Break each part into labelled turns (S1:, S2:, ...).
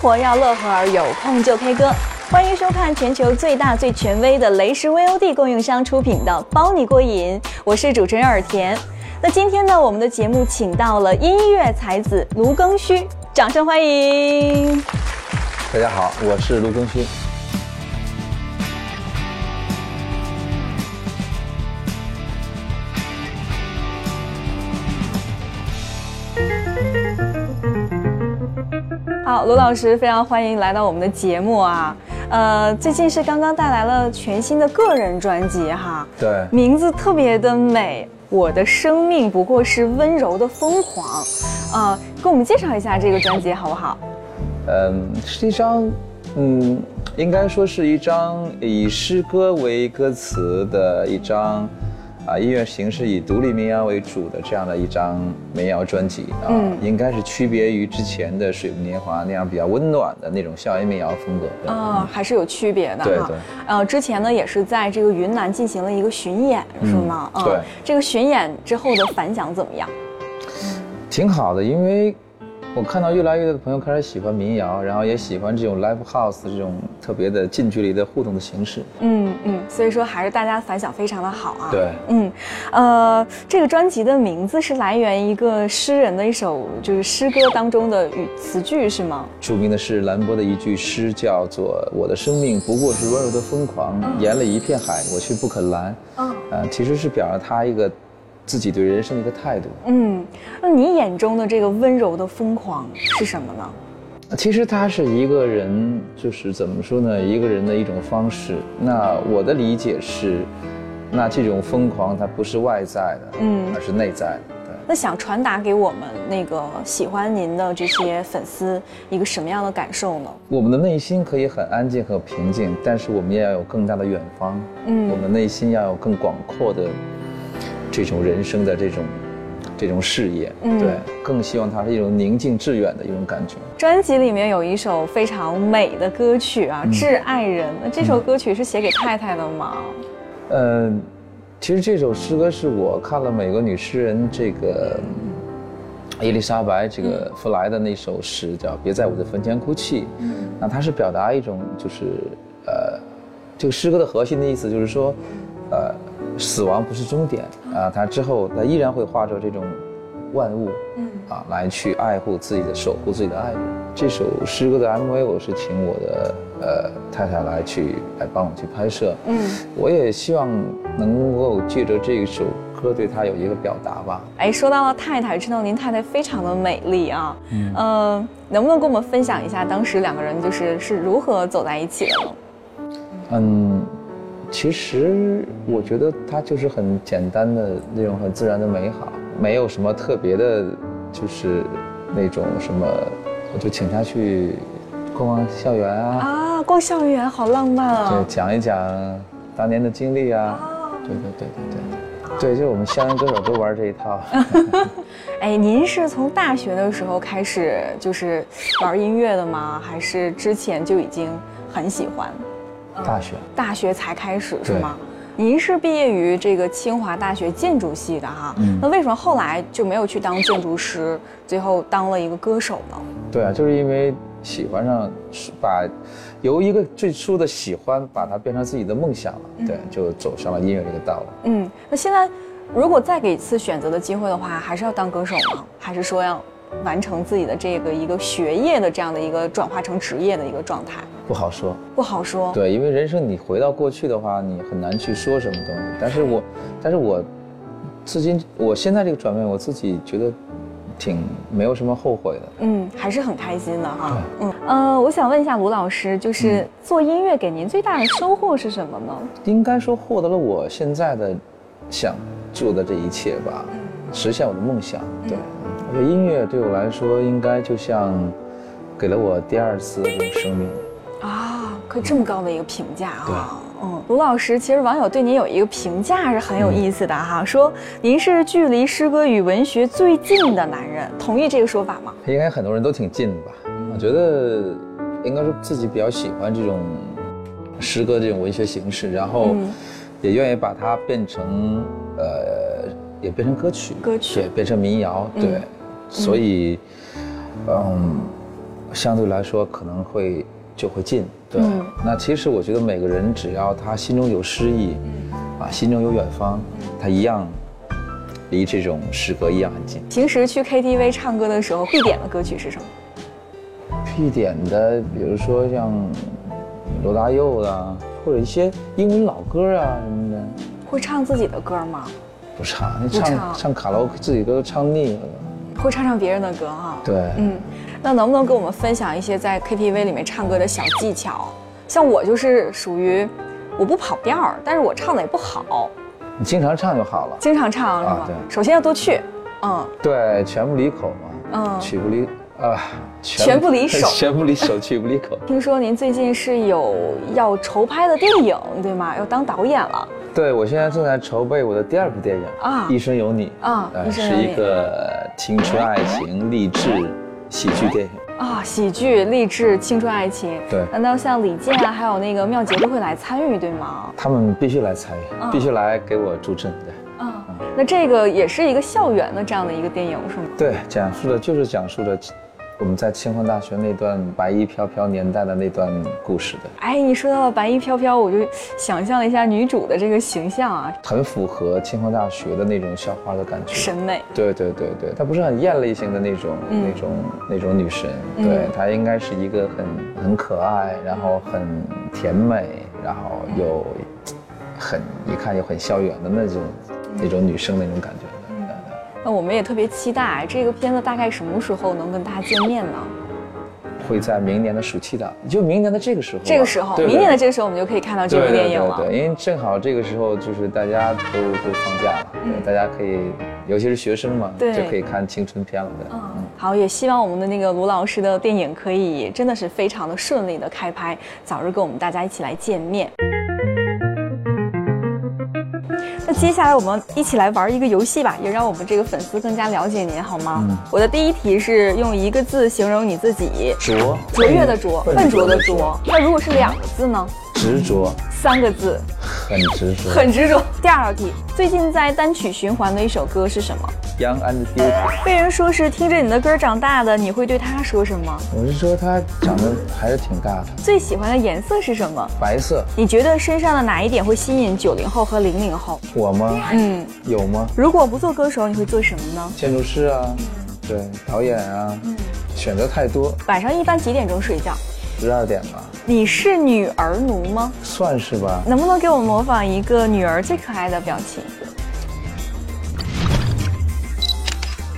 S1: 活要乐呵儿，有空就 K 歌。欢迎收看全球最大最权威的雷石 VOD 供应商出品的《包你过瘾》，我是主持人尔田。那今天呢，我们的节目请到了音乐才子卢庚戌，掌声欢迎。
S2: 大家好，我是卢庚戌。
S1: 好，卢老师，非常欢迎来到我们的节目啊。呃，最近是刚刚带来了全新的个人专辑哈，
S2: 对，
S1: 名字特别的美，《我的生命不过是温柔的疯狂》。呃，给我们介绍一下这个专辑好不好？
S2: 嗯，是一张，嗯，应该说是一张以诗歌为歌词的一张，啊，音乐形式以独立民谣为主的这样的一张民谣专辑啊，
S1: 嗯
S2: 应该是区别于之前的《水木年华》那样比较温暖的那种校园民谣风格。对
S1: 啊、还是有区别的
S2: 对
S1: 哈
S2: 对。
S1: 呃，之前呢也是在这个云南进行了一个巡演，是吗？
S2: 嗯
S1: 啊
S2: 对
S1: 这个巡演之后的反响怎么样？
S2: 挺好的，因为我看到越来越多的朋友开始喜欢民谣，然后也喜欢这种 live house 这种特别的近距离的互动的形式。
S1: 嗯嗯，所以说还是大家反响非常的好啊。。
S2: 对，
S1: 嗯，呃，这个专辑的名字是来源一个诗人的一首就是诗歌当中的语词句是吗？
S2: 著名的是兰波的一句诗，叫做“我的生命不过是温柔的疯狂，沿了一片海，我却不肯拦”。
S1: 嗯
S2: 呃，其实是表达他一个自己对人生的一个态度。
S1: 嗯，那你眼中的这个温柔的疯狂是什么呢？
S2: 其实它是一个人，就是怎么说呢，一个人的一种方式。那我的理解是，那这种疯狂它不是外在的，
S1: 嗯
S2: 而是内在的。对。
S1: 那想传达给我们那个喜欢您的这些粉丝一个什么样的感受呢？
S2: 我们的内心可以很安静、很平静，但是我们也要有更大的远方。
S1: 嗯
S2: 我们内心要有更广阔的这种人生的这种这种视野。
S1: 嗯
S2: 对，更希望它是一种宁静致远的一种感觉。
S1: 专辑里面有一首非常美的歌曲啊，挚爱人》。那这首歌曲是写给太太的吗？
S2: 呃，其实这首诗歌是我看了美国女诗人这个嗯伊丽莎白这个
S1: 嗯
S2: 弗莱的那首诗，叫《别在我的坟前哭泣》。
S1: 嗯
S2: 那它是表达一种就是呃，这个诗歌的核心的意思就是说，呃，死亡不是终点啊、它之后它依然会化作这种万物，嗯啊，来去爱护自己的，守护自己的爱人。这首诗歌的 MV 我是请我的呃太太来去来帮我去拍摄，嗯，我也希望能够借着这首歌对她有一个表达吧。
S1: 哎，说到了太太，知道您太太非常的美丽啊，嗯、呃，能不能跟我们分享一下当时两个人就是是如何走在一起的呢？
S2: 嗯，其实我觉得它就是很简单的那种很自然的美好，没有什么特别的，就是那种什么，我就请他去逛逛校园啊，
S1: 啊，逛校园好浪漫
S2: 对，
S1: 啊！
S2: 讲一讲当年的经历啊，对对对对对，对，就是我们校园歌手都玩这一套。
S1: 哎，您是从大学的时候开始就是玩音乐的吗？还是之前就已经很喜欢？
S2: 大学，
S1: 大学才开始是
S2: 对
S1: 吗？您是毕业于这个清华大学建筑系的哈，那为什么后来就没有去当建筑师，最后当了一个歌手呢？
S2: 对啊，就是因为喜欢上，把由一个最初的喜欢，把它变成自己的梦想了，对，就走上了音乐这个道路。
S1: 嗯，那现在如果再给一次选择的机会的话，还是要当歌手吗？还是说要完成自己的这个一个学业的这样的一个转化成职业的一个状态？
S2: 不好说，
S1: 不好说。
S2: 对，因为人生你回到过去的话，你很难去说什么东西。但是我，但是我，至今我现在这个转变，我自己觉得挺没有什么后悔的。
S1: 嗯，还是很开心的哈。嗯，呃，我想问一下卢老师，就是做音乐给您最大的收获是什么呢？
S2: 应该说获得了我现在的想做的这一切吧，实现我的梦想。对，我觉得音乐对我来说，应该就像给了我第二次的这种生命。
S1: 啊，可以这么高的一个评价啊。嗯，卢老师，其实网友对您有一个评价是很有意思的哈，说您是距离诗歌与文学最近的男人，同意这个说法吗？
S2: 应该很多人都挺近的吧？我觉得应该是自己比较喜欢这种诗歌这种文学形式，然后也愿意把它变成呃，也变成歌曲，嗯
S1: 歌曲
S2: 也变成民谣，对，所以嗯，相对来说可能会就会近。对，
S1: 嗯
S2: 那其实我觉得每个人只要他心中有诗意，啊，心中有远方，他一样离这种诗歌一样很近。
S1: 平时去 KTV 唱歌的时候，必点的歌曲是什么？
S2: 必点的，比如说像罗大佑啊，或者一些英文老歌啊什么的，
S1: 会唱自己的歌吗？
S2: 不唱，那
S1: 不
S2: 唱
S1: 唱
S2: 唱卡拉 OK 自己都唱腻了。
S1: 会唱唱别人的歌哈、
S2: 对，
S1: 嗯，那能不能给我们分享一些在 KTV 里面唱歌的小技巧？像我就是属于我不跑调儿，但是我唱的也不好，
S2: 你经常唱就好了。
S1: 经常唱是
S2: 啊
S1: 吗？
S2: 对
S1: 首先要多去，嗯，
S2: 对，拳不离口嘛，
S1: 嗯
S2: 曲不离啊，
S1: 拳不离 手
S2: 拳不离手，曲不离口。
S1: 听说您最近是有要筹拍的电影对吗？要当导演了
S2: 对，我现在正在筹备我的第二部电影
S1: 啊
S2: 一生有你》
S1: 啊
S2: 呃
S1: 一生有
S2: 是
S1: 你
S2: 一个青春爱情励志喜剧电影。
S1: 啊！喜剧、励志、青春爱情，
S2: 对
S1: 难道像李健啊，还有那个妙洁都会来参与对吗？
S2: 他们必须来参与，
S1: 啊
S2: 必须来给我助阵。
S1: 啊，那这个也是一个校园的这样的一个电影是吗？
S2: 对，对，讲述的就是讲述的我们在清华大学那段白衣飘飘年代的那段故事的，
S1: 哎，你说到了白衣飘飘，我就想象了一下女主的这个形象啊，
S2: 很符合清华大学的那种校花的感觉。
S1: 审美。
S2: 对对对对，她不是很艳丽型的那种、
S1: 嗯
S2: 那种那种女神，
S1: 嗯
S2: 对、她应该是一个很很可爱，然后很甜美，然后又很一看又很校园的那种、
S1: 嗯
S2: 那种女生那种感觉的。对对
S1: 那我们也特别期待这个片子大概什么时候能跟大家见面呢？
S2: 会在明年的暑期档，就明年的这个时候吧，
S1: 这个时候，
S2: 对
S1: 明年的这个时候，我们就可以看到这
S2: 对
S1: 部
S2: 对
S1: 电
S2: 对
S1: 影了。
S2: 对对，因为正好这个时候就是大家都都放假了，对，大家可以，尤其是学生嘛，
S1: 嗯对
S2: 就可以看青春片了。对
S1: 嗯，好，也希望我们的那个卢老师的电影可以真的是非常的顺利的开拍，早日跟我们大家一起来见面。那接下来我们一起来玩一个游戏吧，也让我们这个粉丝更加了解您，好吗？
S2: 嗯
S1: 我的第一题是用一个字形容你自己，
S2: 拙
S1: 卓越的卓，嗯笨拙的
S2: 拙，
S1: 拙。那如果是两个字呢？
S2: 执着，
S1: 三个字，
S2: 很执着。
S1: 很执着。第二题，最近在单曲循环的一首歌是什么？
S2: Young and Beautiful，
S1: 被人说是听着你的歌长大的，你会对他说什么？
S2: 我是说她长得还是挺大的，
S1: 最喜欢的颜色是什么？
S2: 白色。
S1: 你觉得身上的哪一点会吸引九零后和零零后？
S2: 我吗？
S1: 嗯，
S2: 有吗？
S1: 如果不做歌手，你会做什么呢？
S2: 建筑师啊，
S1: 嗯
S2: 对，导演啊，选择太多，
S1: 晚上一般几点钟睡觉？
S2: 十二点吧，
S1: 你是女儿奴吗？
S2: 算是吧。
S1: 能不能给我模仿一个女儿最可爱的表情？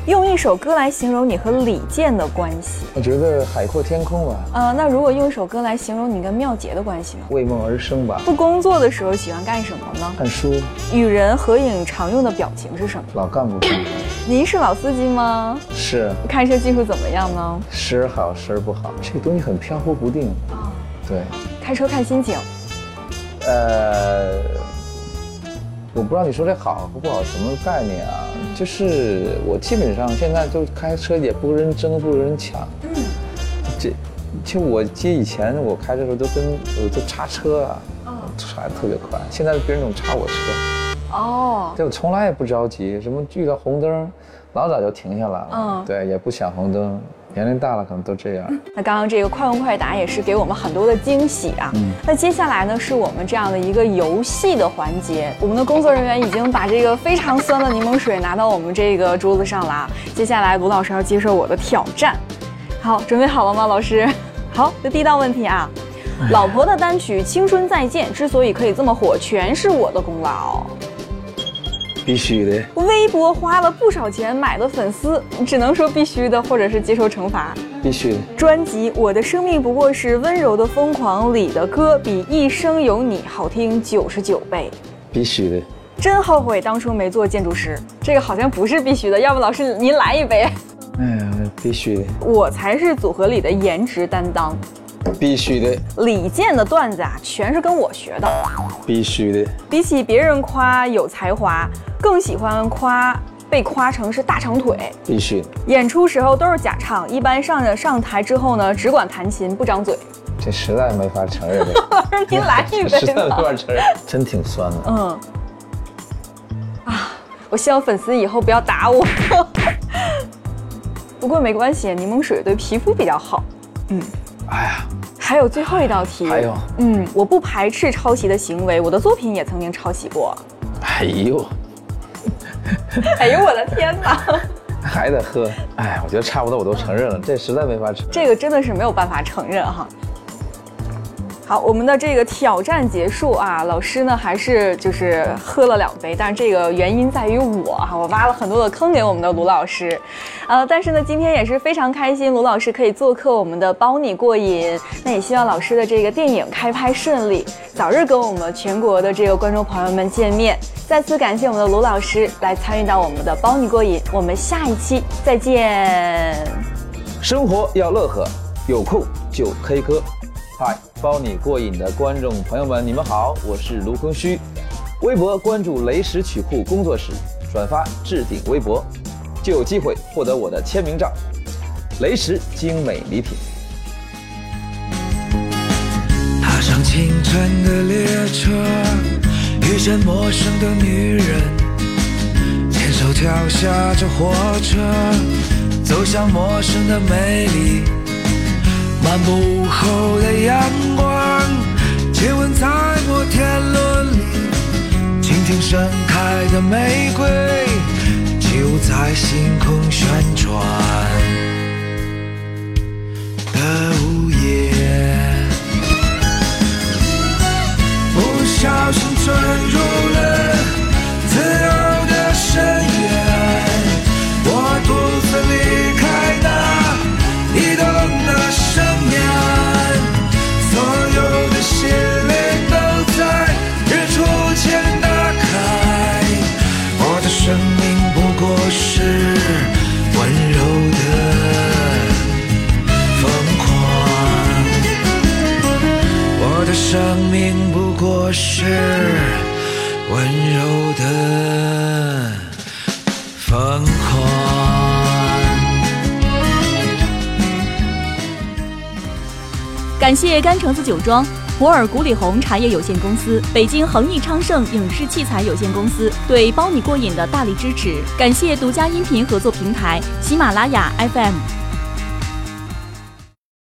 S1: 用一首歌来形容你和李健的关系。
S2: 我觉得海阔天空吧，
S1: 呃，那如果用一首歌来形容你跟妙洁的关系呢？
S2: 为梦而生吧，
S1: 不工作的时候喜欢干什么呢？
S2: 看书，
S1: 与人合影常用的表情是什么？
S2: 老干部看书
S1: 您是老司机吗？
S2: 是
S1: 看车技术怎么样呢？
S2: 时而好，时而不好，这个东西很飘忽不定。
S1: 啊，
S2: 对，
S1: 开车看心情。
S2: 呃，我不知道你说这好和不好什么概念啊？就是我基本上现在就是开车也不跟人争，不跟人抢。嗯，这，就我记得以前我开的时候都跟我都插车啊，插的特别快。现在别人总插我车，
S1: 哦，
S2: 但我从来也不着急，什么遇到红灯，老早就停下来了。
S1: 嗯
S2: 对，也不想红灯。年龄大了可能都这样。
S1: 那刚刚这个快问快答也是给我们很多的惊喜啊。那接下来呢，是我们这样的一个游戏的环节。我们的工作人员已经把这个非常酸的柠檬水拿到我们这个桌子上了啊。接下来卢老师要接受我的挑战。好，准备好了吗，老师？好，这第一道问题啊，老婆的单曲《青春再见》之所以可以这么火，全是我的功劳。
S2: 必须的。
S1: 微博花了不少钱买的粉丝，只能说必须的，或者是接受惩罚。
S2: 必须的，
S1: 专辑《我的生命不过是温柔的疯狂》里的歌比《一生有你》好听九十九倍。
S2: 必须的。
S1: 真后悔当初没做建筑师，这个好像不是必须的，要不老师您来一杯。
S2: 哎呀，必须的，
S1: 我才是组合里的颜值担当。
S2: 必须的，
S1: 李健的段子啊，全是跟我学的。
S2: 必须的，
S1: 比起别人夸有才华，更喜欢夸被夸成是大长腿。
S2: 必须的。
S1: 演出时候都是假唱，一般上着上台之后呢，只管弹琴不张嘴。
S2: 这实在没法承 认的，
S1: 老师您来一
S2: 实
S1: 杯
S2: 在没
S1: 吧。
S2: 法承认，真挺酸的。
S1: 嗯，啊，我希望粉丝以后不要 打我。不过没关系，柠檬水对皮肤比较好。嗯，
S2: 哎呀，哎
S1: 还有最后一道题，
S2: 还有，
S1: 嗯，我不排斥抄袭的行为，我的作品也曾经抄袭过。
S2: 哎呦，
S1: 哎呦我的天哪，
S2: 还得喝，哎，我觉得差不多我都承认了，这实在没法承认。
S1: 这个真的是没有办法承认哈。好，我们的这个挑战结束啊，老师呢还是就是喝了两杯，但是这个原因在于我哈，我挖了很多的坑给我们的卢老师，呃，但是呢今天也是非常开心，卢老师可以做客我们的包你过瘾，那也希望老师的这个电影开拍顺利，早日跟我们全国的这个观众朋友们见面。再次感谢我们的卢老师来参与到我们的包你过瘾，我们下一期再见。
S2: 生活要乐呵，有空就 K 歌。嗨，包你过瘾的观众朋友们，你们好，我是卢空虚。微博关注“雷石曲库工作室”，转发置顶微博，就有机会获得我的签名照。雷石精美礼品。
S3: 踏上青春的列车，遇见陌生的女人，牵手跳下这火车，走向陌生的美丽。漫步午后的阳光，接吻在摩天轮里，倾听盛开的玫瑰，起舞在星空旋转的午夜。不小心坠入了自由的深渊，我独自离开那移动的深渊，所有的心灵都在日出前打开，我的生命不过是温柔的疯狂。我的生命不过是温柔的疯狂。
S4: 感谢甘橙子酒庄、普洱古里红茶叶有限公司、北京恒益昌盛影视器材有限公司对《包你过瘾》的大力支持，感谢独家音频合作平台喜马拉雅 FM。